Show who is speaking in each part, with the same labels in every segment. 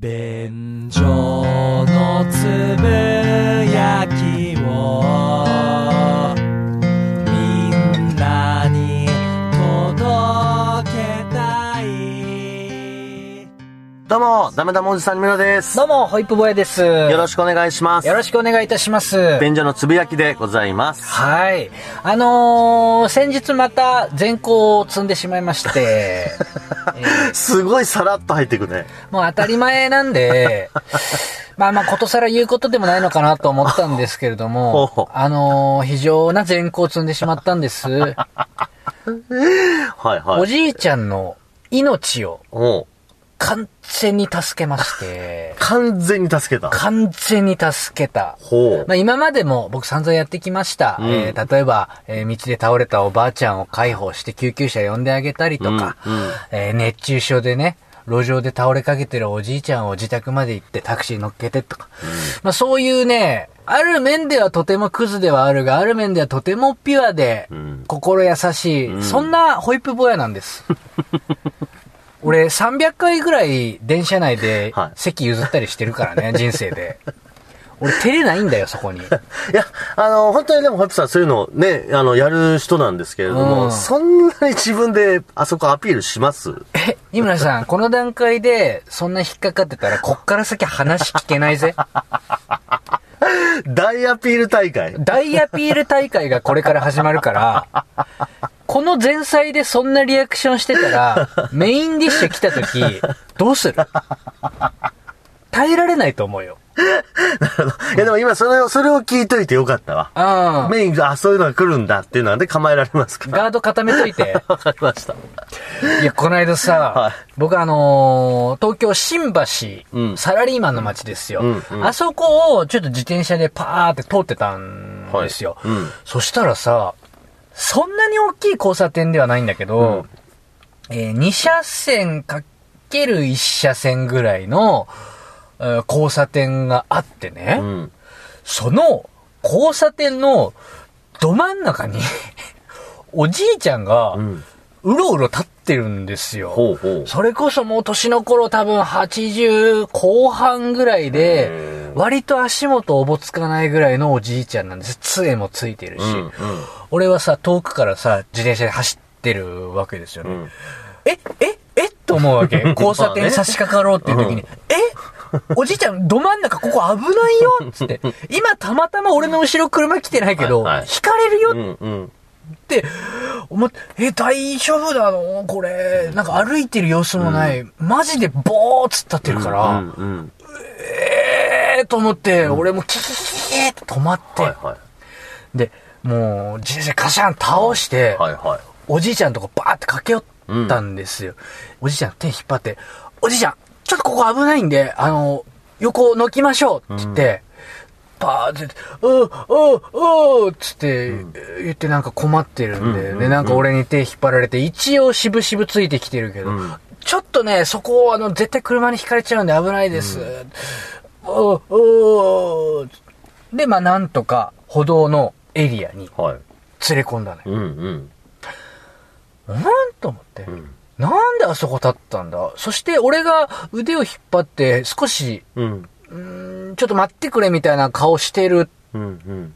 Speaker 1: 便所のつぶやきをみんなに届けたい
Speaker 2: どうも、ダメダメおじさんにみろです。
Speaker 3: どうも、ホイップボヤです。
Speaker 2: よろ
Speaker 3: よ
Speaker 2: しくお願いします。
Speaker 3: ろしくお願いいたします。
Speaker 2: 便所のつぶやきでございます。
Speaker 3: はい。あのー、先日また全校を積んでしまいま して、えー
Speaker 2: すごいさらっと入っていくね。
Speaker 3: もう当たり前なん で、まあまあことさら言うことでもないのかなと思ったんですけれど
Speaker 2: ほう
Speaker 3: も、あのー、非常な全校を積んでしまったんです。
Speaker 2: はいは
Speaker 3: お
Speaker 2: い。
Speaker 3: じいちゃんの命を
Speaker 2: おう
Speaker 3: 完全に助けまして、
Speaker 2: 完全に助けた。
Speaker 3: 完全に助けた。
Speaker 2: ほう
Speaker 3: まあ、。今までも僕散々やってきました。
Speaker 2: うん
Speaker 3: えー例えば、えー道で倒れたおばあちゃんを介抱して救急車呼んであげたりとか、
Speaker 2: うんうん
Speaker 3: えー熱中症でね、路上で倒れかけてるおじいちゃんを自宅まで行ってタクシー乗っけてとか。まあそういうね、ある面ではとてもクズではあるが、ある面ではとてもピュアで、
Speaker 2: うん
Speaker 3: 心優しい、
Speaker 2: うん
Speaker 3: そんなホイップ坊やなん です。俺300回ぐらい電車内で
Speaker 2: はい
Speaker 3: 席譲ったりしてるからね、人生で。俺照れないんだよ、そこに。
Speaker 2: いや、あの、本当にでも、ホットさん、そういうのをね、あの、やる人なんですけれど
Speaker 3: う
Speaker 2: も、
Speaker 3: ん
Speaker 2: そんなに自分で、あそこアピールします
Speaker 3: え、井村さん、この段階でそんな引っかかってたら、こっから先話聞けないぜ。
Speaker 2: 大アピール大 会。
Speaker 3: 大アピール大会がこれから始まるから、この前菜でそんなリアクションしてたら、メインディッシュ来た時、どうする耐えられないと思うよ。
Speaker 2: いや、でも今、それを、それを聞いといてよかったわ。
Speaker 3: うん。
Speaker 2: メインが、あ、そういうのが来るんだっていうのはね、構えられますから。
Speaker 3: ガード固めといて。
Speaker 2: わかりました。
Speaker 3: いや、この間さ、
Speaker 2: はい
Speaker 3: 僕あのー東京新橋、
Speaker 2: うん
Speaker 3: サラリーマンの街ですよ、
Speaker 2: うんうん
Speaker 3: あそこをちょっと自転車でパーって通ってたんですよ。
Speaker 2: はいうん
Speaker 3: そしたらさ、そんなに大きい交差点ではないんだけど、え2車線かける1車線ぐらいの、えー交差点があってね、
Speaker 2: うん。
Speaker 3: その交差点のど真ん中 に、おじいちゃんが、
Speaker 2: うん。
Speaker 3: うろうろ立ってるんです
Speaker 2: ほ
Speaker 3: よ。
Speaker 2: うほう。
Speaker 3: それこそもう年の頃多分80後半ぐらいで
Speaker 2: へ、ー
Speaker 3: 割と足元おぼつかないぐらいのおじいちゃんなんです。杖もついてるし。
Speaker 2: うん。うん。
Speaker 3: 俺はさ、遠くからさ、自転車で走ってるわけですよね。
Speaker 2: うん
Speaker 3: え、え、えと思うわ け。交差
Speaker 2: まあね
Speaker 3: 点差し掛かろうっていう時に、えおじいちゃん、ど真ん中ここ危ないよっつ って。今たまたま俺の後ろ車来てないけど、
Speaker 2: はいはい
Speaker 3: 引かれるよっ
Speaker 2: うん。うん。
Speaker 3: って思って、え、大丈夫なのこれ、なんか歩いてる様子もない。マジでボーっつ立ってるから、
Speaker 2: うんうん。
Speaker 3: えーと思って、俺もキキキキキって止まって、
Speaker 2: はいはい。
Speaker 3: で、もう、自転車カシャン倒して、
Speaker 2: はいはい。
Speaker 3: おじいちゃんとこバーって駆け寄ったんですよ。おじいちゃん手引っ張って、おじいちゃん、ちょっとここ危ないんで、あの、横を乗きましょうって言って、バーって、うー、うー、うーっつって、言ってなんか困ってるんで、
Speaker 2: うん
Speaker 3: で、なんか俺に手引っ張られて、一応しぶしぶついてきてるけど、
Speaker 2: ん
Speaker 3: ちょっとね、そこをあの、絶対車に引かれちゃうんで危ないです。うー、うーで、まあなんとか歩道のエリアに
Speaker 2: はい。
Speaker 3: 連れ込んだのよ。
Speaker 2: うんうん。
Speaker 3: なんと思って、
Speaker 2: ん
Speaker 3: なんであそこ立ったんだそして俺が腕を引っ張って少し、
Speaker 2: うん。
Speaker 3: うーんちょっと待ってくれみたいな顔してる。
Speaker 2: うんうん。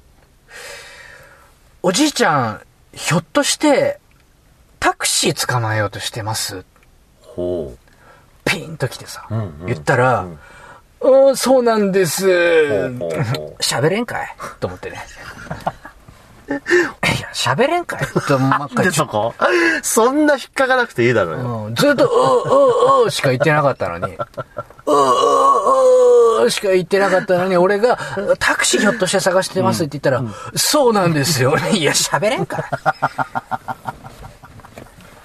Speaker 3: おじいちゃん、ひょっとして、タクシー捕まえようとしてます
Speaker 2: ほ
Speaker 3: ピンと来てさ、
Speaker 2: うんうん
Speaker 3: 言ったら、
Speaker 2: うん
Speaker 3: うーん、そうなんです。
Speaker 2: う。ほうほうほ
Speaker 3: 喋れんかいと思ってね。 いや、喋れんかいと、ま
Speaker 2: う。で、そこそんな引っかかなくていいだろうよ。
Speaker 3: うんずっと、ううううしか言ってなかったのに、ううううしか言ってなかったのに、俺が、タクシーひょっとして探してますって言ったら、そうなんですよ。いや、喋れん から。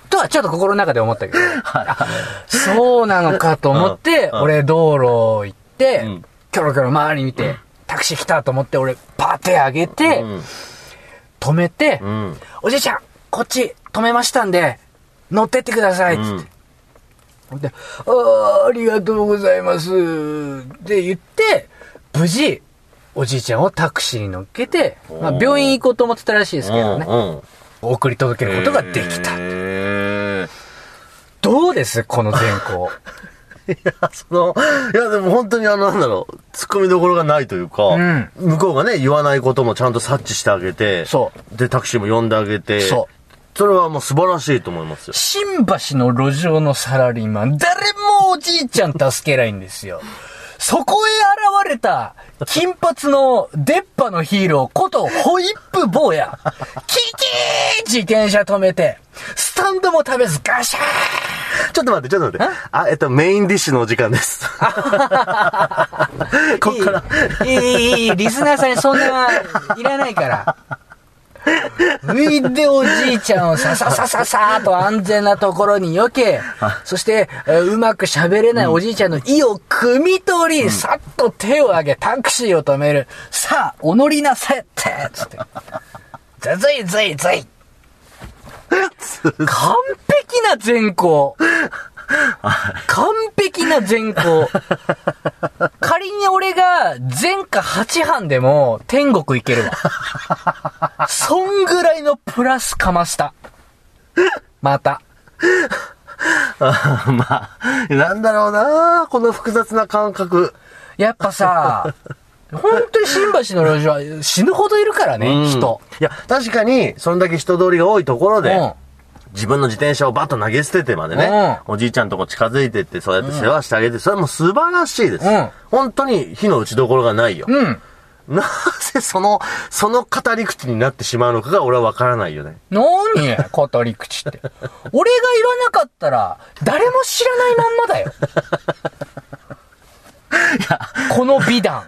Speaker 3: とはちょっと心の中で思ったけど、あそうなのかと思って、
Speaker 2: うんうん
Speaker 3: 俺道路を行って
Speaker 2: うん、
Speaker 3: キョロキョロ周り見て、タクシー来たと思って、俺、パー手上げて、止めて、
Speaker 2: うん。うん。
Speaker 3: おじいちゃん、こっち止めましたんで、乗ってってくださいっつって。
Speaker 2: うん
Speaker 3: で、あーありがとうございます。って言って、無事、おじいちゃんをタクシーに乗っけて、まあ、病院行こうと思ってたらしいですけどね。
Speaker 2: ね。
Speaker 3: 送り届けることができた。どうですこの前行。
Speaker 2: や、その、いや、でも本当にあの、なんだろう、突っ込みどころがないというか、
Speaker 3: うん
Speaker 2: 向こうがね、言わないこともちゃんと察知してあげて、。
Speaker 3: そう
Speaker 2: で、タクシーも呼んであげて、。
Speaker 3: そう
Speaker 2: それはもう素晴らしいと思いますよ。
Speaker 3: 新橋の路上のサラリーマン、誰もおじいちゃん助けないんですよ。そこへ現れた、金髪の出っ歯のヒーローことホイップ坊や。キキー自転車止めて、スタンドも食べずガシャーン
Speaker 2: ちょっと待って、ちょっと待って。あ、えっと、メインディッシュのお時間 です。こっから。
Speaker 3: いい、いい、いい、リスナーさんにそんな、いらないから。脱いでおじいちゃんをさささささーと安全なところに避け、そして、えーうまく喋れないおじいちゃんの意を汲み取り、さっと手を挙げ、タクシーを止める。さあ、お乗りなさいって、つって。ずずいずいずい。完璧な善行。完璧な善行。仮に俺が前科8班でも天国行けるわ。 そんぐらいのプラスかました。また。
Speaker 2: あまあ、なんだろうなこの複雑な感覚。
Speaker 3: やっぱさ、本当に新橋の路上は死ぬほどいるから
Speaker 2: う
Speaker 3: ね、
Speaker 2: ん
Speaker 3: 人。。
Speaker 2: いや、確かに、そんだけ人通りが多いところ
Speaker 3: う
Speaker 2: で、
Speaker 3: ん。
Speaker 2: 自分の自転車をバッと投げ捨ててまでね、おじいちゃんとこ近づいてって、そうやって世話してあげて、それはもう素晴らしいです。
Speaker 3: うん
Speaker 2: 本当に火の打ちどころがないよ。
Speaker 3: うん。
Speaker 2: なぜその、その語り口になってしまうのかが俺はわからないよね。
Speaker 3: なに語り口って。俺がいらなかったら、誰も知らないまんまだ よ。この美談。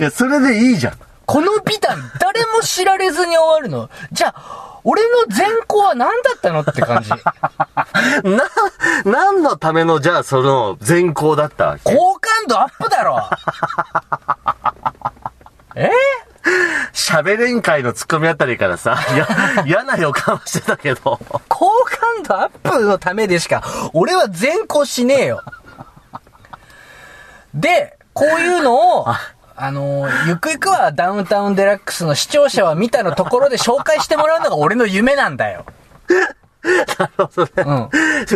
Speaker 2: いや、それでいいじゃん。
Speaker 3: この美談、誰も知られずに終わるの。じゃあ、俺の善行は何だったのって感じ。
Speaker 2: な、何のための、じゃあその、善行だったわけ
Speaker 3: 好感度アップだろえ
Speaker 2: 喋れん会のツッコミあたりからさ、いや、嫌な予感はしてたけど。
Speaker 3: 好感度アップのためでしか、俺は善行しねえよ。で、こういうのを、あのゆくゆくはダウンタウンデラックスの視聴者は見たのところで紹介してもらうのが俺の夢なんだよ。うん。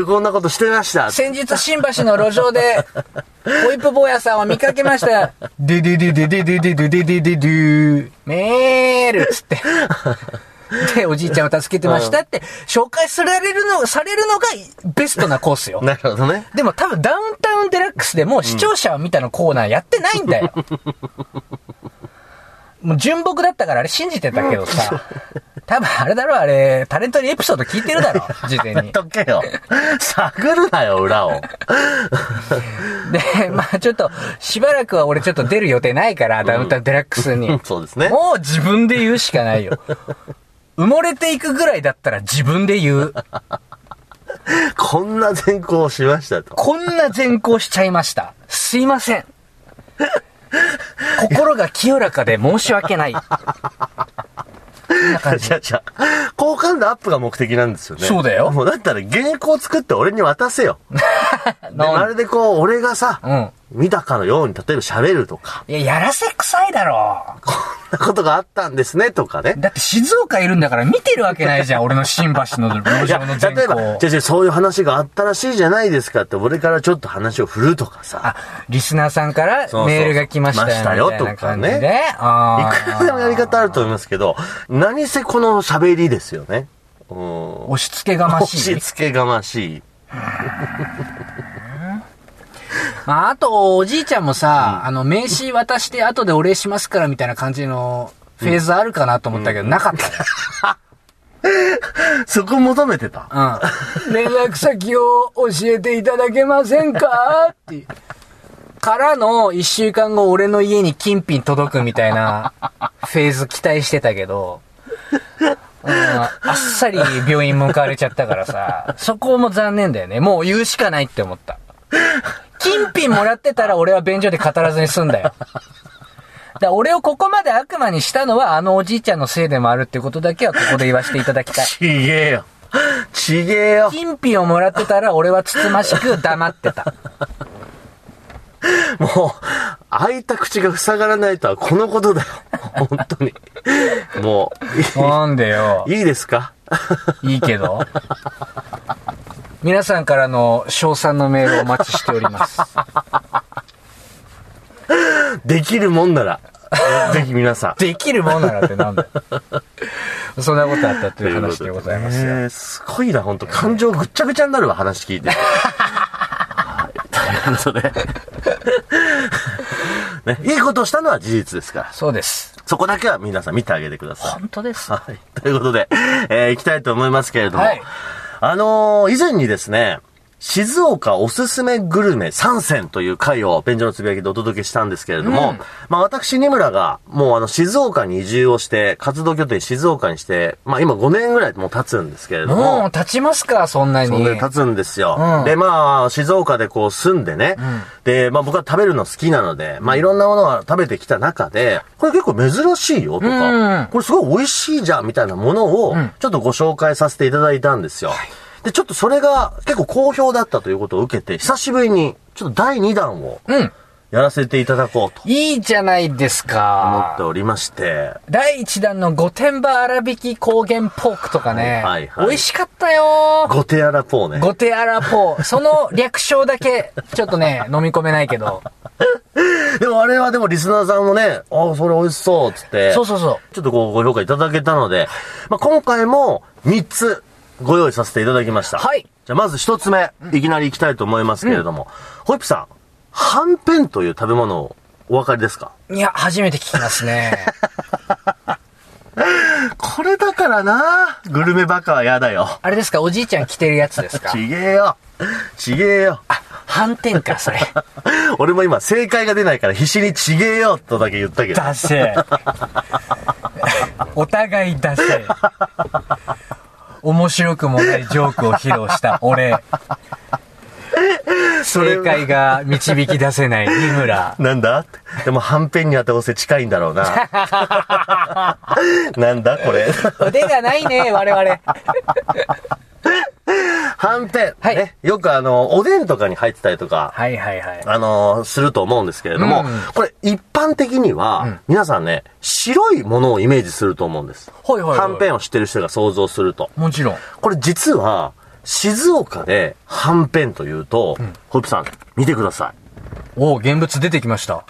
Speaker 2: こんなことしてました。
Speaker 3: 先日新橋の路上で、ホイップ坊やさんを見かけました。ドゥドゥドゥドゥドゥドゥドゥドゥドゥドゥドゥメールっつって。で、おじいちゃんを助けてましたって、紹介されるの、されるのがベストなコースよ。
Speaker 2: なるほどね。
Speaker 3: でも多分ダウンタウンデラックスでもう視聴者を見たのコーナーやってないんだよ。もう純朴だったからあれ信じてたけどさ。多分あれだろ、あれ、タレントにエピソード聞いてるだろ、事前
Speaker 2: やっ
Speaker 3: に。
Speaker 2: とけよ。探るなよ、裏を。
Speaker 3: で、 まあちょっと、しばらくは俺ちょっと出る予定ないから、ダウンタウンデラックスに。も
Speaker 2: そうですね。
Speaker 3: う自分で言うしかないよ。埋もれていくぐらいだったら自分で言う。
Speaker 2: こんな善行をしましたと。
Speaker 3: こんな善行しちゃいました。すいません。心が清らかで申し訳ない。
Speaker 2: じゃじゃ好感度アップが目的なんですよね。
Speaker 3: そうだよ
Speaker 2: もうだったら原稿作って俺に渡せ よ。でまるでこう、俺がさ、
Speaker 3: う
Speaker 2: 見たかのように、例えば喋るとか、
Speaker 3: いや、やらせ臭いだろ。
Speaker 2: こんなことがあったんですね、とかね。
Speaker 3: だって静岡いるんだから見てるわけないじゃん、俺の新橋の路
Speaker 2: いや
Speaker 3: 上の善
Speaker 2: 例えば、
Speaker 3: 行
Speaker 2: じ。ゃじゃそういう話があったらしいじゃないですかって、俺からちょっと話を振るとかさ
Speaker 3: あ、、リスナーさんから
Speaker 2: そうそう
Speaker 3: メールが来ました
Speaker 2: 来ましたよ
Speaker 3: よ、みたいな感じ
Speaker 2: とか
Speaker 3: で。
Speaker 2: ねい
Speaker 3: あー
Speaker 2: くらでもやり方あると思いますけど、何せこの喋りですよね。うん。
Speaker 3: 押し付けがま
Speaker 2: 押
Speaker 3: し
Speaker 2: し
Speaker 3: い。
Speaker 2: 付けがましい。
Speaker 3: まあ、あと、おじいちゃんもさ、あの、名刺渡して後でお礼しますからみたいな感じのフェーズあるかなと思ったけど、なかったね。
Speaker 2: そこ求めてた
Speaker 3: うん。連絡先を教えていただけませんかって。からの、一週間後俺の家に金品届くみたいな、フェーズ期待してたけど、うんあっさり病院向かわれちゃったからさ、そこも残念だよね。もう言うしかないって思った。金品もらってたら俺は便所で語らずに済んだよ。だから俺をここまで悪魔にしたのはあのおじいちゃんのせいでもあるってことだけはここで言わせていただきたい。
Speaker 2: ちげえよ。ちげえよ。
Speaker 3: 金品をもらってたら俺はつつましく黙ってた。
Speaker 2: もう、開いた口が塞がらないとはこのことだよ。本当に。も
Speaker 3: なんでよ
Speaker 2: う、。いいですか
Speaker 3: いいけど。皆さんからの賞賛のメールをお待ちしております。
Speaker 2: できるもんなら、ぜひ皆さん。
Speaker 3: できるもんならってなんだよ。そんなことあったという話でございますよ。
Speaker 2: ねえすごいな、本当感情ぐっちゃぐちゃになるわ、話聞いて。はいということで。 ね、いいことしたのは事実ですから。
Speaker 3: そうです。
Speaker 2: そこだけは皆さん見てあげてください。
Speaker 3: 本当です。
Speaker 2: はい。 ということで、えー行きたいと思いますけれども。
Speaker 3: はい
Speaker 2: あのー以前にですね、静岡おすすめグルメ3選という回を、便所のつぶやきでお届けしたんですけれども、
Speaker 3: うん
Speaker 2: まあ私、二村が、もうあの、静岡に移住をして、活動拠点静岡にして、まあ今5年ぐらいもう経つんですけれども、
Speaker 3: もう立ちますか、そんなに。
Speaker 2: そんで立つんですよ。
Speaker 3: うん
Speaker 2: で、まあ、静岡でこう住んでね。で、まあ僕は食べるの好きなので、まあいろんなものは食べてきた中で、これ結構珍しいよとか、
Speaker 3: うん
Speaker 2: これすごい美味しいじゃんみたいなものを、ちょっとご紹介させていただいたんですよ。で、ちょっとそれが結構好評だったということを受けて、久しぶりに、ちょっと第2弾を、
Speaker 3: うん。
Speaker 2: やらせていただこうと
Speaker 3: いいじゃないです
Speaker 2: 思って
Speaker 3: か。
Speaker 2: おりまして、
Speaker 3: 第1弾の御殿場粗挽き高原ポークとかね。
Speaker 2: はいはい
Speaker 3: 美味しかったよー。
Speaker 2: ご手荒ポーね。
Speaker 3: 御手荒ポー。その略称だけ、ちょっとね、飲み込めないけど。
Speaker 2: でもあれはでもリスナーさんもね、ああ、それ美味しそうっつって。
Speaker 3: そうそうそう。
Speaker 2: ちょっとごご評価いただけたので、まあ、今回も3つご用意させていただきました。
Speaker 3: はい。
Speaker 2: じゃあまず1つ目、いきなり行きたいと思いますけれども、ホイップさん、はんぺんという食べ物をお分かりですか
Speaker 3: いや、初めて聞きますね。
Speaker 2: これだからなグルメバカは嫌だよ。
Speaker 3: あれですか、おじいちゃん着てるやつですか
Speaker 2: ちげえよ。ちげえよ。
Speaker 3: 反転か、それ。
Speaker 2: 俺も今正解が出ないから必死にちげえよとだけ言ったけど。
Speaker 3: ダセー お互いダセー面白くもないジョークを披露した俺。正解が導き出せない二村。
Speaker 2: なんだってでも、はんぺんにはどうせ近いんだろ うな。なんだこれ。
Speaker 3: 腕がないね、我々。
Speaker 2: はんぺん。
Speaker 3: はい
Speaker 2: ね。よくあの、おでんとかに入ってたりとか、
Speaker 3: はいはいはい。
Speaker 2: あのーすると思うんですけれど
Speaker 3: う
Speaker 2: も、
Speaker 3: ん
Speaker 2: これ一般的には、皆さんね、白いものをイメージすると思うんです。
Speaker 3: ほいほいほい
Speaker 2: はんぺんを知ってる人が想像すると。
Speaker 3: もちろん。
Speaker 2: これ実は、静岡ではんぺんというと、ホイップさん、見てください。
Speaker 3: おお、現物出てきました。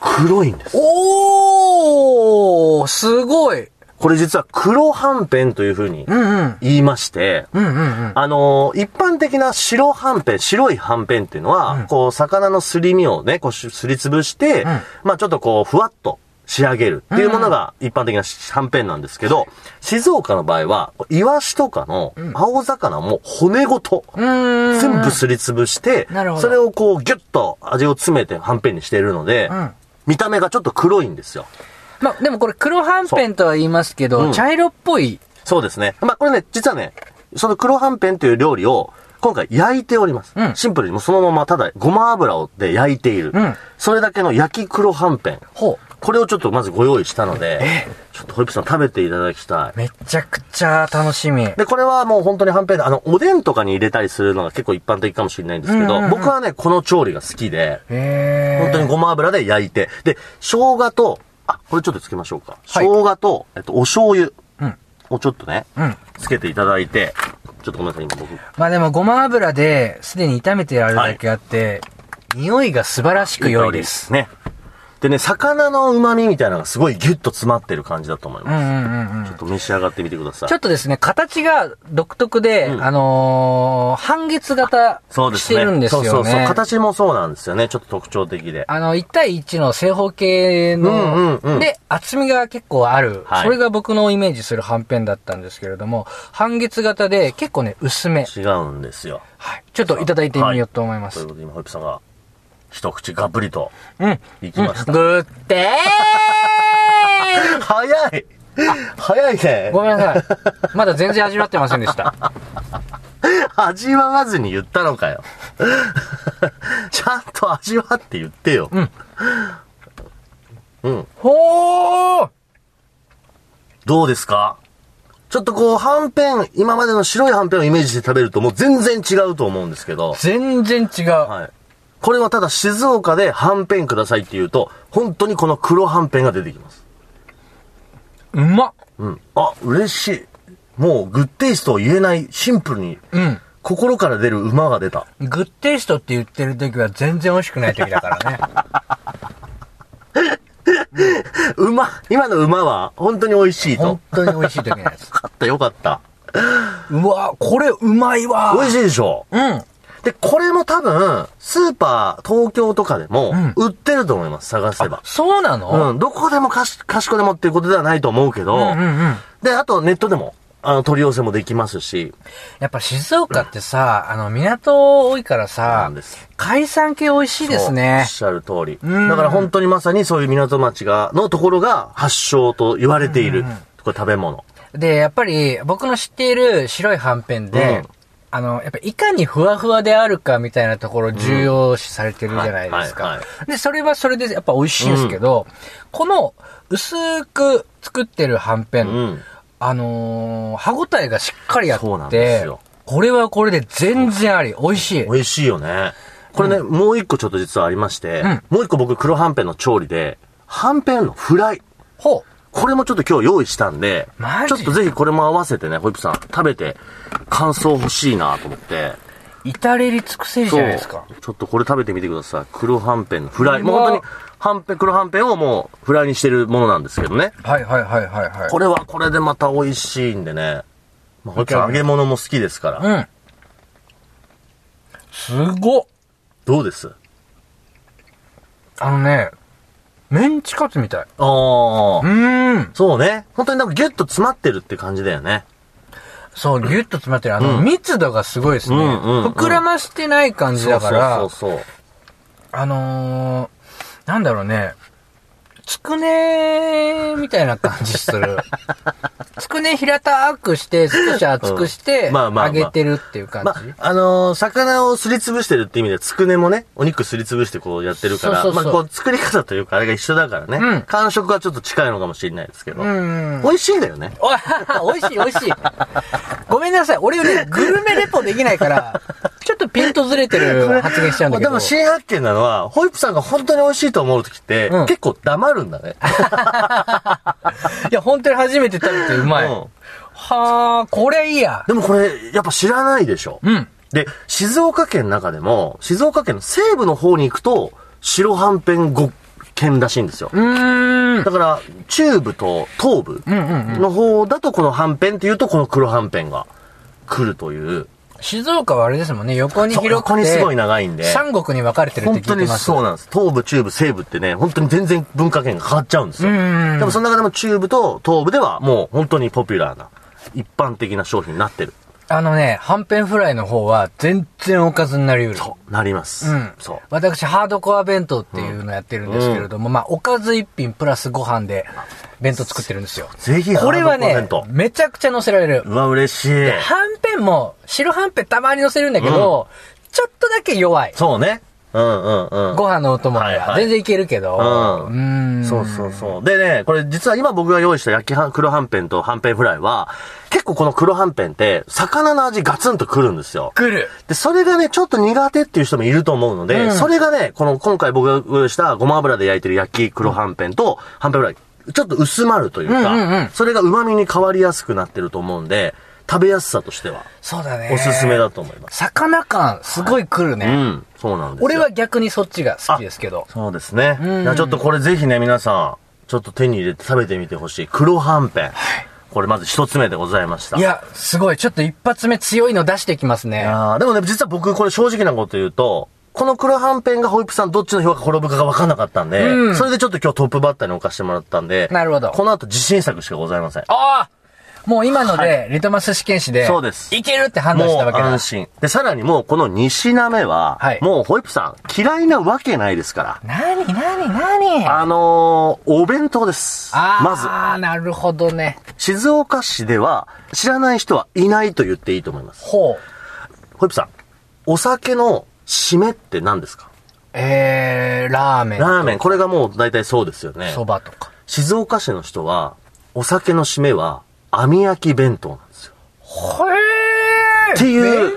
Speaker 2: 黒いんです。
Speaker 3: おーすごい
Speaker 2: これ実は黒はんぺんというふうに
Speaker 3: うんうん。
Speaker 2: 言いまして、
Speaker 3: うんうんうん。
Speaker 2: あのー一般的な白はんぺん、白いはんぺんっていうのは、こう、魚のすり身をね、こうし、すりつぶして、まあちょっとこう、ふわっと仕上げるっていうものが一般的なしはんぺんなんですけど、静岡の場合は、イワシとかの青魚も骨ごと、
Speaker 3: うーん。
Speaker 2: 全部すりつぶして
Speaker 3: なるほ、ど
Speaker 2: それをこう、ぎゅっと味を詰めてはんぺんにしているので
Speaker 3: ん、
Speaker 2: 見た目がちょっと黒いんですよ。
Speaker 3: まあ、でもこれ黒はんぺんとは言いますけ
Speaker 2: そうう
Speaker 3: ど、
Speaker 2: ん
Speaker 3: 茶色っぽい。
Speaker 2: そうですね。まあ、これね、実はね、その黒はんぺんという料理を、今回焼いております。
Speaker 3: うん
Speaker 2: シンプルにもうそのままただごま油をで焼いている。
Speaker 3: うん
Speaker 2: それだけの焼き黒はんぺん。
Speaker 3: ほう。
Speaker 2: これをちょっとまずご用意したので、ちょっとホイップさん食べていただきたい。
Speaker 3: めちゃくちゃ楽しみ。
Speaker 2: で、これはもう本当にはんぺんで、あの、おでんとかに入れたりするのが結構一般的かもしれないんですけど、僕はね、この調理が好きで、
Speaker 3: へー
Speaker 2: 本当にごま油で焼いて、で、生姜と、あ、これちょっとつけましょうか。
Speaker 3: はい
Speaker 2: 生姜と、えっと、お醤油
Speaker 3: うん
Speaker 2: をちょっとね、
Speaker 3: うん
Speaker 2: つけていただいて、ちょっとごめんなさい、今僕。
Speaker 3: まあでもごま油ですでに炒めてやるだけあって、匂いが素晴らしく良いです。。
Speaker 2: ね。でね、魚の旨味みたいなのがすごいギュッと詰まってる感じだと思いうま
Speaker 3: ん
Speaker 2: す。
Speaker 3: うんうんう
Speaker 2: ちょ
Speaker 3: ん。
Speaker 2: っと召し上がってみてください。
Speaker 3: ちょっとですね、形が独特で、あのー半月型
Speaker 2: そうで
Speaker 3: し
Speaker 2: す
Speaker 3: て
Speaker 2: ね。
Speaker 3: るんですよね。
Speaker 2: そうそうそう。形もそうなんですよね。ちょっと特徴的で。
Speaker 3: あの、1対1の正方形の、
Speaker 2: うんうんうん
Speaker 3: で、厚みが結構ある、
Speaker 2: はい
Speaker 3: それが僕のイメージするはんぺんだったんですけれども、半月型で結構ね、薄め。
Speaker 2: 違うんですよ。
Speaker 3: はい。ちょっといただいてみようと思いま
Speaker 2: と
Speaker 3: す。
Speaker 2: いうことで、今、ホイップさんが、一口ガブリと、
Speaker 3: うん。
Speaker 2: いきました。
Speaker 3: グッデ ー
Speaker 2: 早い早いね
Speaker 3: ご。めんなさい。まだ全然味わってませんでした。
Speaker 2: 味わわずに言ったのかよ。 ちゃんと味わって言ってよ。
Speaker 3: ん
Speaker 2: うん。
Speaker 3: ほー
Speaker 2: どうですかちょっとこう、はんぺん、今までの白いはんぺんをイメージして食べるともう全然違うと思うんですけど、
Speaker 3: 全然違う。
Speaker 2: はい。これはただ静岡ではんぺんくださいって言うと、本当にこの黒はんぺんが出てきます。
Speaker 3: うまっ
Speaker 2: うん。あ、嬉しい。もう、グッテイストを言えない、シンプルに、
Speaker 3: うん。
Speaker 2: 心から出る馬が出た。
Speaker 3: グッテイストって言ってる時は全然美味しくない時だからね。
Speaker 2: 馬、今の馬は本当に美味しいと
Speaker 3: 本。当に美味しい時の やつ。
Speaker 2: よかった、よかった。
Speaker 3: うわ、これうまいわ。
Speaker 2: 美味しいでしょ
Speaker 3: うん。
Speaker 2: で、これも多分、スーパー、東京とかでも
Speaker 3: ん、
Speaker 2: 売ってると思います、探せば。
Speaker 3: そうなの
Speaker 2: うん、どこでもかし、賢でもっていうことではないと思うけど、
Speaker 3: うんうんうん。
Speaker 2: で、あとネットでも、あの、取り寄せもできますし、
Speaker 3: やっぱ静岡ってさ、あの、港多いから
Speaker 2: な
Speaker 3: さ
Speaker 2: ん、です。
Speaker 3: 海産系美味しいです
Speaker 2: お
Speaker 3: ね
Speaker 2: っ。しゃる通り。
Speaker 3: うん
Speaker 2: だから本当にまさにそういう港町が、のところが発祥と言われている、これ食べ物。
Speaker 3: で、やっぱり僕の知っている白いはんぺんで、
Speaker 2: うん
Speaker 3: あの、やっぱいかにふわふわであるかみたいなところ重要視されてるじゃないです
Speaker 2: はい
Speaker 3: か
Speaker 2: はい。
Speaker 3: で、それはそれでやっぱ美味しいんですけど、この薄く作ってるはんぺ、
Speaker 2: うんん。
Speaker 3: あのー歯ごたえがしっかりあっ
Speaker 2: そうなんです
Speaker 3: て
Speaker 2: よ、
Speaker 3: これはこれで全然あり、美味しい。
Speaker 2: 美味しいよね。これね、もう一個ちょっと実はありまして、
Speaker 3: うん
Speaker 2: もう一個僕黒はんぺんの調理で、はんぺんのフライ。
Speaker 3: ほう。
Speaker 2: これもちょっと今日用意したんで
Speaker 3: マ、
Speaker 2: ち
Speaker 3: ジ
Speaker 2: ょっとぜひこれも合わせてね、ホイップさん食べて感想欲しいなと思って。
Speaker 3: 至れり尽くせりじゃないですか。
Speaker 2: ちょっとこれ食べてみてください。黒はんぺんのフライ。
Speaker 3: うわ
Speaker 2: もう本当に、はんぺん、黒はんぺんをもうフライにしてるものなんですけどね。
Speaker 3: はいはいはいはいはい。
Speaker 2: これはこれでまた美味しいんでね。まあ、こっちは揚げ物も好きですから。
Speaker 3: うん。すごっ
Speaker 2: どうです
Speaker 3: あのね、メンチカツみたい。
Speaker 2: ああ
Speaker 3: う。ーん。
Speaker 2: そうね。本当になんかギュッと詰まってるって感じだよね。
Speaker 3: そう、ギュッと詰まってる。あの、
Speaker 2: うん
Speaker 3: 密度がすごいですね、
Speaker 2: うんうんうん
Speaker 3: 膨らましてない感じ
Speaker 2: そう
Speaker 3: だから、
Speaker 2: そうそうそう。
Speaker 3: あのー、なんだろうね、つくねみたいな感じす る。つくね平たくして、少し厚くして、
Speaker 2: うんまあまあまあ
Speaker 3: 揚げてるっていう感じ。
Speaker 2: まあ、あのー魚をすりつぶしてるって意味では、つくねもね、お肉すりつぶしてこうやってるから、
Speaker 3: そうそうそう
Speaker 2: まあ、こう、作り方というか、あれが一緒だからね、
Speaker 3: うん
Speaker 2: 感触はちょっと近いのかもしれないですけど、
Speaker 3: うんうん
Speaker 2: 美味しいんだよね。
Speaker 3: お美味しい美味しい。ごめんなさい。俺ね、グルメレポできないから、ちょっとピントずれてる発言しちゃうんだけ
Speaker 2: で
Speaker 3: ど。
Speaker 2: も、新発見なのは、ホイップさんが本当に美味しいと思う時って、
Speaker 3: うん
Speaker 2: 結構黙るんだ ね。
Speaker 3: いや、本当に初めて食べてうまい。
Speaker 2: うん
Speaker 3: はあ、これいいや。
Speaker 2: でもこれ、やっぱ知らないでしょ。
Speaker 3: うん。
Speaker 2: で、静岡県の中でも、静岡県の西部の方に行くと、白はんぺん5県らしいんですよ。
Speaker 3: うーん。
Speaker 2: だから、中部と東部の方だとこのはんぺんっていうとこの黒はんぺんが来るという。
Speaker 3: 静岡はあれですもんね、横に
Speaker 2: そう
Speaker 3: 広くて。
Speaker 2: 横にすごい長いんで。
Speaker 3: 三国に分かれてるって聞
Speaker 2: 本
Speaker 3: いて
Speaker 2: 当に
Speaker 3: ます。
Speaker 2: そうなんです。東部、中部、西部ってね、本当に全然文化圏が変わっちゃうんですよ。
Speaker 3: うんうんうん
Speaker 2: でもその中でも中部と東部ではもう本当にポピュラーな、一般的な商品になってる。
Speaker 3: あのね、はんぺんフライの方は全然おかずになり得る。
Speaker 2: となります。
Speaker 3: うん。
Speaker 2: そう。
Speaker 3: 私、ハードコア弁当っていうのやってるんですけれども、まあ、おかず一品プラスご飯で弁当作ってるんですよ。
Speaker 2: ぜひ、
Speaker 3: これは
Speaker 2: ハ
Speaker 3: ね
Speaker 2: ードコア弁、
Speaker 3: めちゃくちゃ乗せられる
Speaker 2: 当。う。わ、嬉しい。
Speaker 3: はんぺんも、白はんぺんたまに乗せるんだけど、ちょっとだけ弱い。
Speaker 2: そうね。うんうんうん。
Speaker 3: ご飯のお供には
Speaker 2: はいはい
Speaker 3: 全然いけるけど。
Speaker 2: う
Speaker 3: ー
Speaker 2: ん
Speaker 3: ん
Speaker 2: そうそうそう。でね、これ実は今僕が用意した焼きはん黒はんぺんとはんぺんフライは、結構この黒はんぺんって、魚の味ガツンとくるんですよ。
Speaker 3: 来る。
Speaker 2: で、それがね、ちょっと苦手っていう人もいると思うので、
Speaker 3: うん
Speaker 2: それがね、この今回僕が用意したごま油で焼いてる焼き黒はんぺんと、はんぺんフライ、ちょっと薄まるというか、
Speaker 3: うんうんうん
Speaker 2: それが旨味に変わりやすくなってると思うんで、食べやすさとしては、
Speaker 3: そうだね。
Speaker 2: おすすめだ。と思います。
Speaker 3: 魚感、すごい来るね。
Speaker 2: うん、そうなんですよ。
Speaker 3: 俺は逆にそっちが好きですけど。
Speaker 2: そうですね。
Speaker 3: ん
Speaker 2: いやちょっとこれぜひね、皆さん、ちょっと手に入れて食べてみてほしい。黒はんぺん。これまず一つ目でございました。
Speaker 3: いや、すごい。ちょっと一発目強いの出してきます
Speaker 2: い
Speaker 3: ね。
Speaker 2: やーでもね、実は僕これ正直なこと言うと、この黒はんぺんがホイップさんどっちの評価転ぶかが分かんなかったんで、
Speaker 3: うん
Speaker 2: それでちょっと今日トップバッターに置かせてもらったんで、
Speaker 3: なるほど
Speaker 2: この後自信作しかございません。
Speaker 3: ああもう今ので、リトマス試験紙で、
Speaker 2: そうです
Speaker 3: いけるって判断し
Speaker 2: もう
Speaker 3: たわけだ
Speaker 2: 安。心。で、さらにもうこの2品目は、
Speaker 3: はい
Speaker 2: もうホイップさん嫌いなわけないですから。
Speaker 3: なになになに
Speaker 2: あのー、お弁当です。まず。
Speaker 3: ああ、なるほどね。
Speaker 2: 静岡市では知らない人はいないと言っていいと思います。
Speaker 3: ほう。
Speaker 2: ホイップさん、お酒の締めって何ですか
Speaker 3: えー、ラーメン。
Speaker 2: ラーメン、これがもう大体そうですよね
Speaker 3: そ。ばとか。
Speaker 2: 静岡市の人は、お酒の締めは網焼き弁当なんですよ。
Speaker 3: ほえー
Speaker 2: っていう
Speaker 3: 弁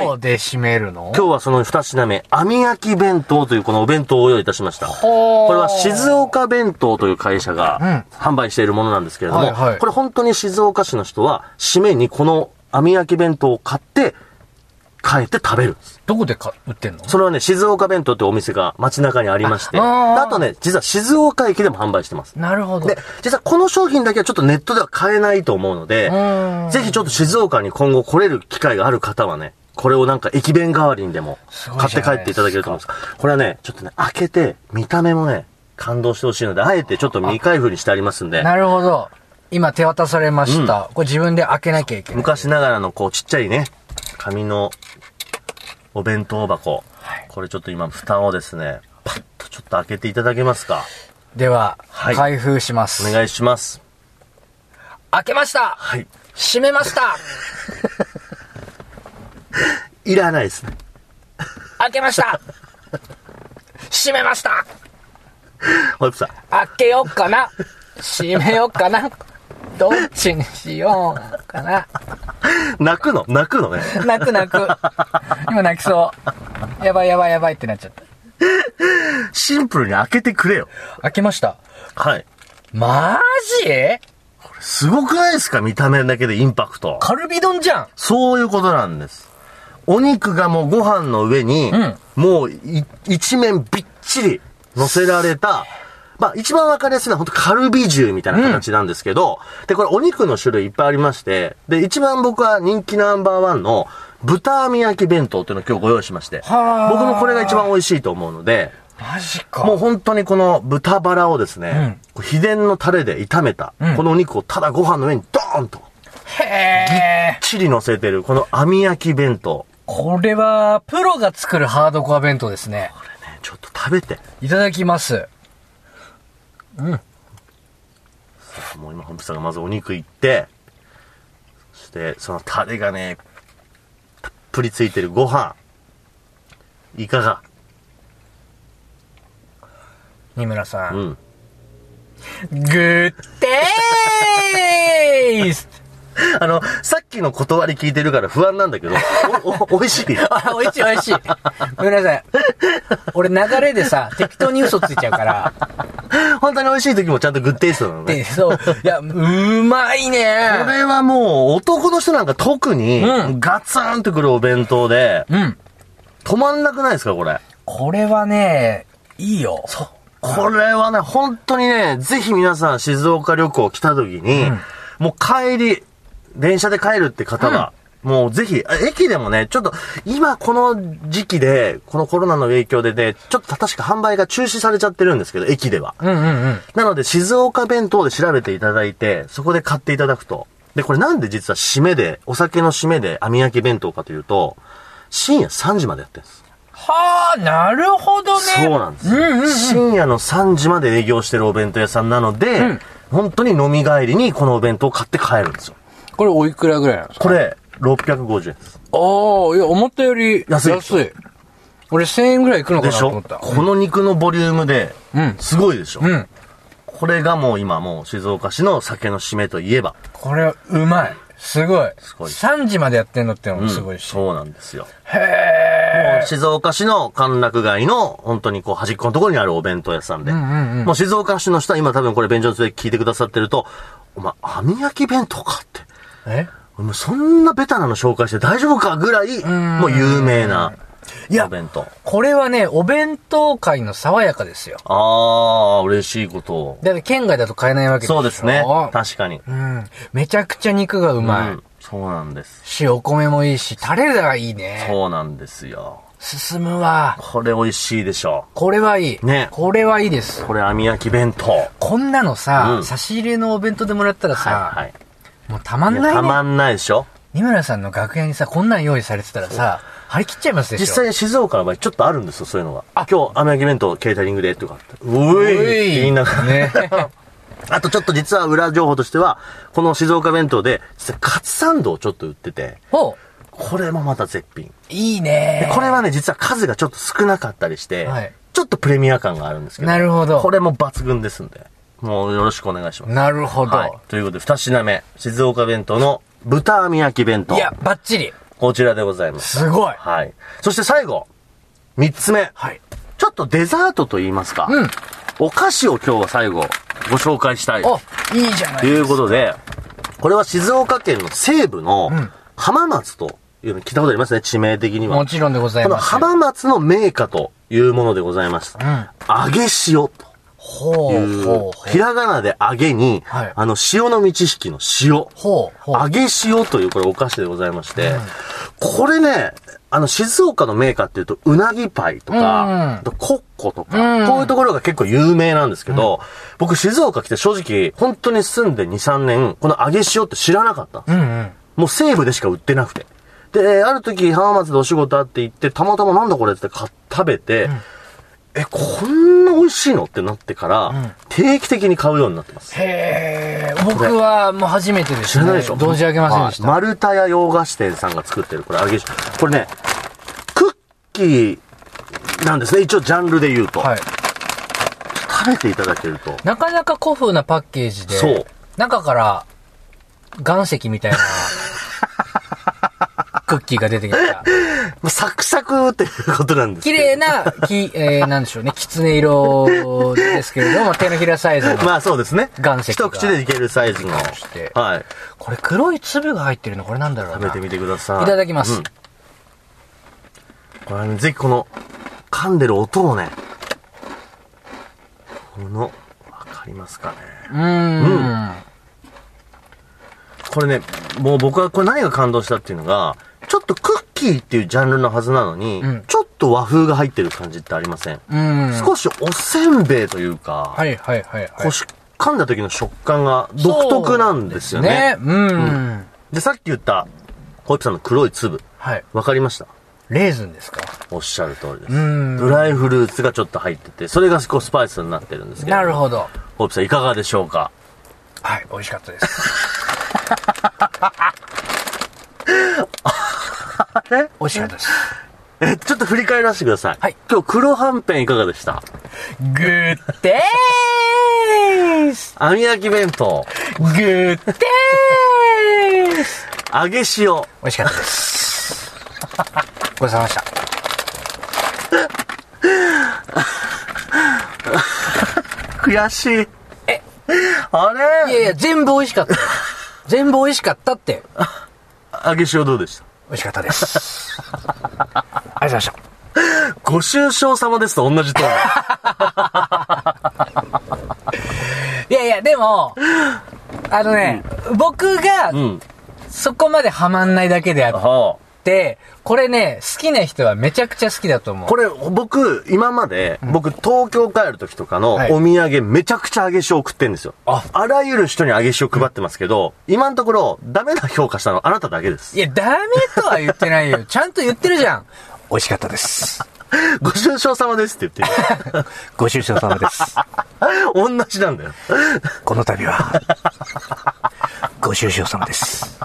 Speaker 3: 当で締めるの、
Speaker 2: 今日はその二品目、網焼き弁当というこのお弁当を用意いたしました。
Speaker 3: ほー
Speaker 2: これは静岡弁当という会社が
Speaker 3: う
Speaker 2: 販売しているものなんですけれども、
Speaker 3: はいはい
Speaker 2: これ本当に静岡市の人は、締めにこの網焼き弁当を買って変えて食べるんです。
Speaker 3: どこでか売ってんの
Speaker 2: それはね、静岡弁当ってお店が街中にありまして、
Speaker 3: ああー
Speaker 2: あとね、実は静岡駅でも販売してます。
Speaker 3: なるほど。
Speaker 2: で、実はこの商品だけはちょっとネットでは買えないと思うので、
Speaker 3: うん
Speaker 2: ぜひちょっと静岡に今後来れる機会がある方はね、これをなんか駅弁代わりにでも
Speaker 3: すごい
Speaker 2: 買っ
Speaker 3: じゃ
Speaker 2: て帰
Speaker 3: ない
Speaker 2: っていただけると思うんです。これはね、ちょっとね、開けて、見た目もね、感動してほしいので、あえてちょっと未開封にしてありますんで、
Speaker 3: なるほど。今手渡されました。これ自分で開けなきゃいけない。
Speaker 2: 昔ながらのこうちっちゃいね、紙のお弁当箱、
Speaker 3: はい
Speaker 2: これちょっと今蓋をですね、パッとちょっと開けていただけますか。
Speaker 3: では、
Speaker 2: はい
Speaker 3: 開封します。
Speaker 2: お願いします。
Speaker 3: 開けました
Speaker 2: はい。
Speaker 3: 閉めました
Speaker 2: いらないですね。
Speaker 3: 開けました閉めました
Speaker 2: ホイップさん。
Speaker 3: 開けようかな閉めようかなどっちにしようかな
Speaker 2: 泣くの泣くのね。
Speaker 3: 泣く泣く。今泣きそう。やばいやばいやばいってなっちゃった。
Speaker 2: シンプルに開けてくれよ。
Speaker 3: 開けました。
Speaker 2: はい。
Speaker 3: マジ
Speaker 2: すごくないですか見た目だけでインパクト。
Speaker 3: カルビ丼じゃん
Speaker 2: そういうことなんです。お肉がもうご飯の上に、
Speaker 3: ん
Speaker 2: もうい一面びっちり乗せられた、まあ一番わかりやすいのは本当カルビ重みたいな形なんですけど、で、これお肉の種類いっぱいありまして、で、一番僕は人気ナンバーワンの豚網焼き弁当っていうのを今日ご用意しまして、
Speaker 3: はあ
Speaker 2: 僕もこれが一番美味しいと思うので、
Speaker 3: マジか。
Speaker 2: もう本当にこの豚バラをですね、こう秘伝のタレで炒めた、
Speaker 3: うん
Speaker 2: このお肉をただご飯の上にドーンと、
Speaker 3: へえ。
Speaker 2: チリ乗せてる、この網焼き弁当。
Speaker 3: これは、プロが作るハードコア弁当ですね。
Speaker 2: ねちょっと食べて。
Speaker 3: いただきます。
Speaker 2: もう今、本部さんがまずお肉いって、そして、そのタレがね、たっぷりついてるご飯。いかが
Speaker 3: 二村さん。
Speaker 2: う
Speaker 3: グ
Speaker 2: ん。
Speaker 3: ッデース
Speaker 2: あの、さっきの断り聞いてるから不安なんだけど、お、お、美味しい。
Speaker 3: あ、 美味しい美味しい。ごめんなさい。俺流れでさ、適当に嘘ついちゃうから。
Speaker 2: 本当に美味しい時もちゃんとグッテイストなのね。
Speaker 3: で、そう。いや、うまい
Speaker 2: こ
Speaker 3: ね
Speaker 2: れはもう男の人なんか特に
Speaker 3: うん
Speaker 2: ガツンとくるお弁当で
Speaker 3: うん。
Speaker 2: 止まんなくないですかこれ。
Speaker 3: これはね、いいよ。そう。
Speaker 2: これはね、本当にね、ぜひ皆さん静岡旅行来た時に、もう帰り、電車で帰るって方は、もうぜひ、あ駅でもね、ちょっと、今この時期で、このコロナの影響でね、ちょっと確か販売が中止されちゃってるんですけど、駅では。
Speaker 3: うんうんうん。
Speaker 2: なので、静岡弁当で調べていただいて、そこで買っていただくと。で、これなんで実は締めで、お酒の締めで網焼き弁当かというと、深夜3時までやってるんです。
Speaker 3: はあ、なるほどね。
Speaker 2: そうなんです、
Speaker 3: うんうんうん。
Speaker 2: 深夜の3時まで営業してるお弁当屋さんなので、
Speaker 3: うん
Speaker 2: 本当に飲み帰りにこのお弁当を買って帰るんですよ。
Speaker 3: これおいくらぐらいなんですか
Speaker 2: これ、650円です。
Speaker 3: ああ、いや、思ったより
Speaker 2: 安
Speaker 3: 安
Speaker 2: い
Speaker 3: い。俺1000円ぐらいいくのか
Speaker 2: で
Speaker 3: な
Speaker 2: し
Speaker 3: と思
Speaker 2: ょ
Speaker 3: った。
Speaker 2: この肉のボリュームで
Speaker 3: うん、
Speaker 2: すごいでしょ、
Speaker 3: うん。
Speaker 2: これがもう今もう静岡市の酒の締めといえば。
Speaker 3: これ、うまい。すごい。
Speaker 2: すごい
Speaker 3: 3時までやってんのっての
Speaker 2: う
Speaker 3: も
Speaker 2: ん
Speaker 3: すごいし。
Speaker 2: そうなんですよ。
Speaker 3: へえ。
Speaker 2: 静岡市の歓楽街の本当にこう端っこのところにあるお弁当屋さんで、
Speaker 3: んうんうん
Speaker 2: もう静岡市の人は今多分これ便所で聞いてくださってると、お前網焼き弁当かって。
Speaker 3: え
Speaker 2: お前そんなベタなの紹介して大丈夫かぐらい、
Speaker 3: ん
Speaker 2: もう有名ない
Speaker 3: や
Speaker 2: お弁当。
Speaker 3: これはね、お弁当界の爽やかですよ。
Speaker 2: あー、嬉しいことを。
Speaker 3: だって県外だと買えないわけでしょ
Speaker 2: そうですね。確かに。
Speaker 3: うん。めちゃくちゃ肉がうまい。
Speaker 2: うんそうなんです。
Speaker 3: し、お米もいいし、タレがいいね。
Speaker 2: そうなんですよ。
Speaker 3: 進むわ。
Speaker 2: これ美味しいでしょ
Speaker 3: これはいい。
Speaker 2: ね
Speaker 3: これはいいです
Speaker 2: う。。これ網焼き弁当。
Speaker 3: こんなのさ、
Speaker 2: うん
Speaker 3: 差し入れのお弁当でもらったらさ、
Speaker 2: はい
Speaker 3: もうたま
Speaker 2: はい。
Speaker 3: ん
Speaker 2: い
Speaker 3: な
Speaker 2: や
Speaker 3: い
Speaker 2: たま
Speaker 3: ね。
Speaker 2: んないでしょ
Speaker 3: 二村さんの楽屋にさ、こんなん用意されてたらさ、張り切っちゃいますでしょ。
Speaker 2: 実際静岡の場合ちょっとあるんですよ、そういうのが。あ、今日、雨焼き弁当、ケータリングで、とかって。う
Speaker 3: う
Speaker 2: え
Speaker 3: い、
Speaker 2: いって言いながら。
Speaker 3: ね。
Speaker 2: あとちょっと実は裏情報としては、この静岡弁当で、実はカツサンドをちょっと売ってて、
Speaker 3: お
Speaker 2: これもまた絶品。
Speaker 3: いい
Speaker 2: で
Speaker 3: ね。
Speaker 2: これはね、実は数がちょっと少なかったりして、
Speaker 3: はい
Speaker 2: ちょっとプレミア感があるんですけど、
Speaker 3: なるほど
Speaker 2: これも抜群ですんで、もうよろしくお願いします。
Speaker 3: なるほど。
Speaker 2: はい。ということで、二品目、静岡弁当の豚網焼き弁
Speaker 3: い、
Speaker 2: 当。
Speaker 3: や、バッチリ。
Speaker 2: こちらでございます。
Speaker 3: すごい。
Speaker 2: はい。そして最後、三つ目。
Speaker 3: はい。
Speaker 2: ちょっとデザートと言いますか。
Speaker 3: うん
Speaker 2: お菓子を今日は最後、ご紹介したい。
Speaker 3: おいいじゃない
Speaker 2: ということで、これは静岡県の西部の
Speaker 3: ん
Speaker 2: 浜松というの聞いたことありますね、地名的には。
Speaker 3: もちろんでござい
Speaker 2: この
Speaker 3: ます。
Speaker 2: 浜松の名家というものでございます。揚げ塩
Speaker 3: ほ、
Speaker 2: というう
Speaker 3: ほう、ほ、
Speaker 2: ひらがなで揚げに、
Speaker 3: はい
Speaker 2: あの、塩の満ち引きの塩。
Speaker 3: う。ほう、ほう。
Speaker 2: 揚げ塩というこれお菓子でございまして、これね、あの、静岡のメーカーっていうと、うなぎパイとか、
Speaker 3: うん
Speaker 2: あとコッコと
Speaker 3: う
Speaker 2: か、
Speaker 3: ん
Speaker 2: こういうところが結構有名なんですけど、僕静岡来て正直、本当に住んで2、3年、この揚げ塩って知らなかったんです
Speaker 3: うんうん。
Speaker 2: もう西部でしか売ってなくて。で、ある時、浜松でお仕事あって行って、たまたまなんだこれって買っ食べて、え、こんな美味しいのってなってから、定期的に買うようになってます。
Speaker 3: へえ、僕はもう初めてです
Speaker 2: 知
Speaker 3: ね。
Speaker 2: らないでしょ
Speaker 3: 存じ上げませんでした。
Speaker 2: はい丸太屋洋菓子店さんが作ってる、これ揚げ塩。これね、クッキーなんですね。一応ジャンルで言うと。
Speaker 3: はい。
Speaker 2: 食べていただけ ると。
Speaker 3: なかなか古風なパッケージで、
Speaker 2: そう
Speaker 3: 中から岩石みたい なクッキーが出てきた。
Speaker 2: まあサクサクっていうことなんですけ
Speaker 3: 綺
Speaker 2: ど。
Speaker 3: 麗な、き、えー、なんでしょうね、きつね色ですけれども、手のひらサイズの。
Speaker 2: まあそうですね。
Speaker 3: 岩石が
Speaker 2: 一口でいけるサイズの。
Speaker 3: して
Speaker 2: はい。
Speaker 3: これ黒い粒が入ってるの、これなんだろう
Speaker 2: 食べ
Speaker 3: な。
Speaker 2: て
Speaker 3: い
Speaker 2: みてください。
Speaker 3: ただきます。
Speaker 2: うんこれね、ぜひこの、噛んでる音をね、この、わかりますかね。
Speaker 3: うーん。ん、
Speaker 2: これね、もう僕はこれ何が感動したっていうのが、ちょっとクッキーっていうジャンルのはずなのに、
Speaker 3: うん
Speaker 2: ちょっと和風が入ってる感じってありません、
Speaker 3: うん。
Speaker 2: 少しおせんべいというか、
Speaker 3: はいはいはいはい。
Speaker 2: こうし噛んだ時の食感が独特なんですよね。で
Speaker 3: そうですねうん。
Speaker 2: さっき言った、ホイップさんの黒い粒、
Speaker 3: はい。
Speaker 2: わかりました
Speaker 3: レーズンですか
Speaker 2: おっしゃる通りです。
Speaker 3: うん
Speaker 2: ドライフルーツがちょっと入ってて、それがこうスパイスになってるんですけど。
Speaker 3: なるほど。
Speaker 2: ホープさんいかがでしょうか
Speaker 3: はい、美味しかったです。美味しかったです。
Speaker 2: え、ちょっと振り返らせてください。
Speaker 3: はい
Speaker 2: 今日黒はんぺんいかがでした
Speaker 3: グッデース
Speaker 2: 網焼き弁当、
Speaker 3: グッデース
Speaker 2: 揚げ塩。
Speaker 3: 美味しかったです。ごちそうさまでした。
Speaker 2: 悔しい。え、あ
Speaker 3: いや
Speaker 2: れ
Speaker 3: いや、全部美味しかった。全部美味しかったって。
Speaker 2: 揚げ塩どうでした
Speaker 3: 美味しかったです。ありがとうございました。
Speaker 2: ご愁傷様ですと同じと おり。
Speaker 3: いやいや、でも、あのね、僕が
Speaker 2: うん。
Speaker 3: そこまでハマんないだけであっ
Speaker 2: はあ。
Speaker 3: て、これね、好きな人はめちゃくちゃ好きだと思う。
Speaker 2: これ、僕、今まで、僕、東京帰る時とかのお
Speaker 3: はい
Speaker 2: 土産、めちゃくちゃ揚げ塩送ってんですよ。
Speaker 3: あ
Speaker 2: あらゆる人に揚げ塩配ってますけど、今のところ、ダメな評価したのあなただけです
Speaker 3: い。や、ダメとは言ってない よ。ちゃんと言ってるじゃん。美味しかったです。
Speaker 2: ご愁傷様ですって言 ってる。
Speaker 3: ご愁傷様 です。
Speaker 2: 同じなんだよ。
Speaker 3: この度は、ご愁傷様です。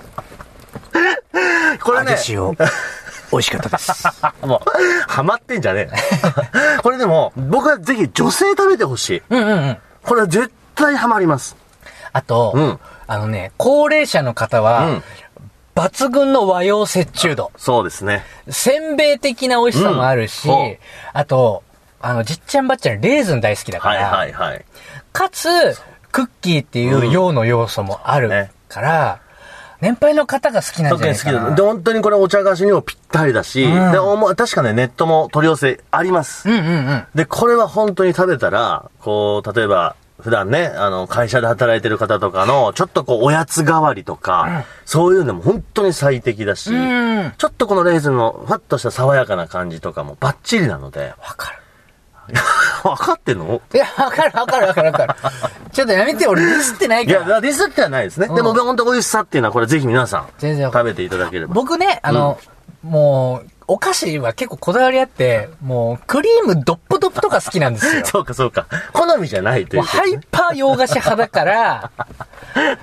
Speaker 2: これね、
Speaker 3: 塩、美味しかったです。
Speaker 2: もう、ハマってんじゃねえよ。これでも、僕はぜひ女性食べてほしい。
Speaker 3: うんうんうん。
Speaker 2: これは絶対ハマります。
Speaker 3: あと、
Speaker 2: うん
Speaker 3: あのね、高齢者の方は、
Speaker 2: うん
Speaker 3: 抜群の和洋折衷度。
Speaker 2: そうですね。
Speaker 3: せんべい的な美味しさもあるし、
Speaker 2: うんそう
Speaker 3: あと、あの、じっちゃんばっちゃんレーズン大好きだか
Speaker 2: はい
Speaker 3: ら、
Speaker 2: はいはい。
Speaker 3: かつ、クッキーっていう洋の要素もあるから、年配の方が好きなんじ
Speaker 2: 特
Speaker 3: ゃない
Speaker 2: に好き
Speaker 3: かな。
Speaker 2: だ。で、本当にこれお茶菓子にもぴったりだし、
Speaker 3: ん
Speaker 2: でおも確かね、ネットも取り寄せあります。
Speaker 3: うんうんうん。
Speaker 2: で、これは本当に食べたら、こう、例えば、普段ね、あの、会社で働いてる方とかの、ちょっとこう、おやつ代わりとか、そういうのも本当に最適だし、
Speaker 3: ん
Speaker 2: ちょっとこのレーズンの、ふわっとした爽やかな感じとかもバッチリなので、
Speaker 3: わかる。
Speaker 2: 分かってんの
Speaker 3: いや、わかるわかるわかるわかる。ちょっとやめて、俺ミスってない
Speaker 2: い
Speaker 3: か
Speaker 2: や、
Speaker 3: ら。
Speaker 2: ディスってはないですね。
Speaker 3: ん
Speaker 2: でも、本当美味しさっていうのは、これぜひ皆さん、
Speaker 3: 全然わか
Speaker 2: 食
Speaker 3: る
Speaker 2: べていただければ。。
Speaker 3: 僕ね、あの、もう、お菓子は結構こだわりあって、もう、クリームドップドップとか好きなんですよ
Speaker 2: そうか、そうか。好みじゃないとい
Speaker 3: も
Speaker 2: う
Speaker 3: う
Speaker 2: こと
Speaker 3: ハ
Speaker 2: ね。
Speaker 3: イパー洋菓子派だから、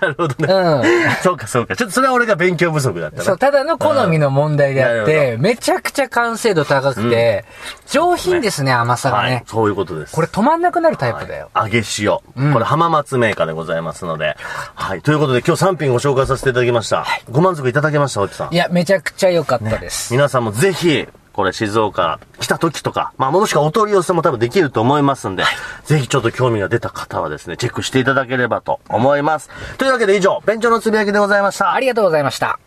Speaker 2: なるほどね。
Speaker 3: う
Speaker 2: そうか、そうか。ちょっとそれは俺が勉強不足だった
Speaker 3: ん。そう、
Speaker 2: な。
Speaker 3: ただの好みの問題であっ
Speaker 2: うんなる
Speaker 3: て、めちゃくちゃ完成度高くて、上品ですね、甘さが
Speaker 2: はい
Speaker 3: ね。。
Speaker 2: そういうことです。
Speaker 3: これ止まんなくなるタイプだよ。
Speaker 2: 揚げ塩。これ浜松メーカーでございますので。はい。ということで今日3品ご紹介させていただきました。ご満足いただけました、おじさん
Speaker 3: い。や、めちゃくちゃ良かったです。
Speaker 2: 皆さんもぜひ、これ静岡来た時とか、まあもしくはお取り寄せも多分できると思いますんで、ぜひちょっと興味が出た方はですね、チェックしていただければと思います。というわけで以上、便所のつぶやきでございました。
Speaker 3: ありがとうございました。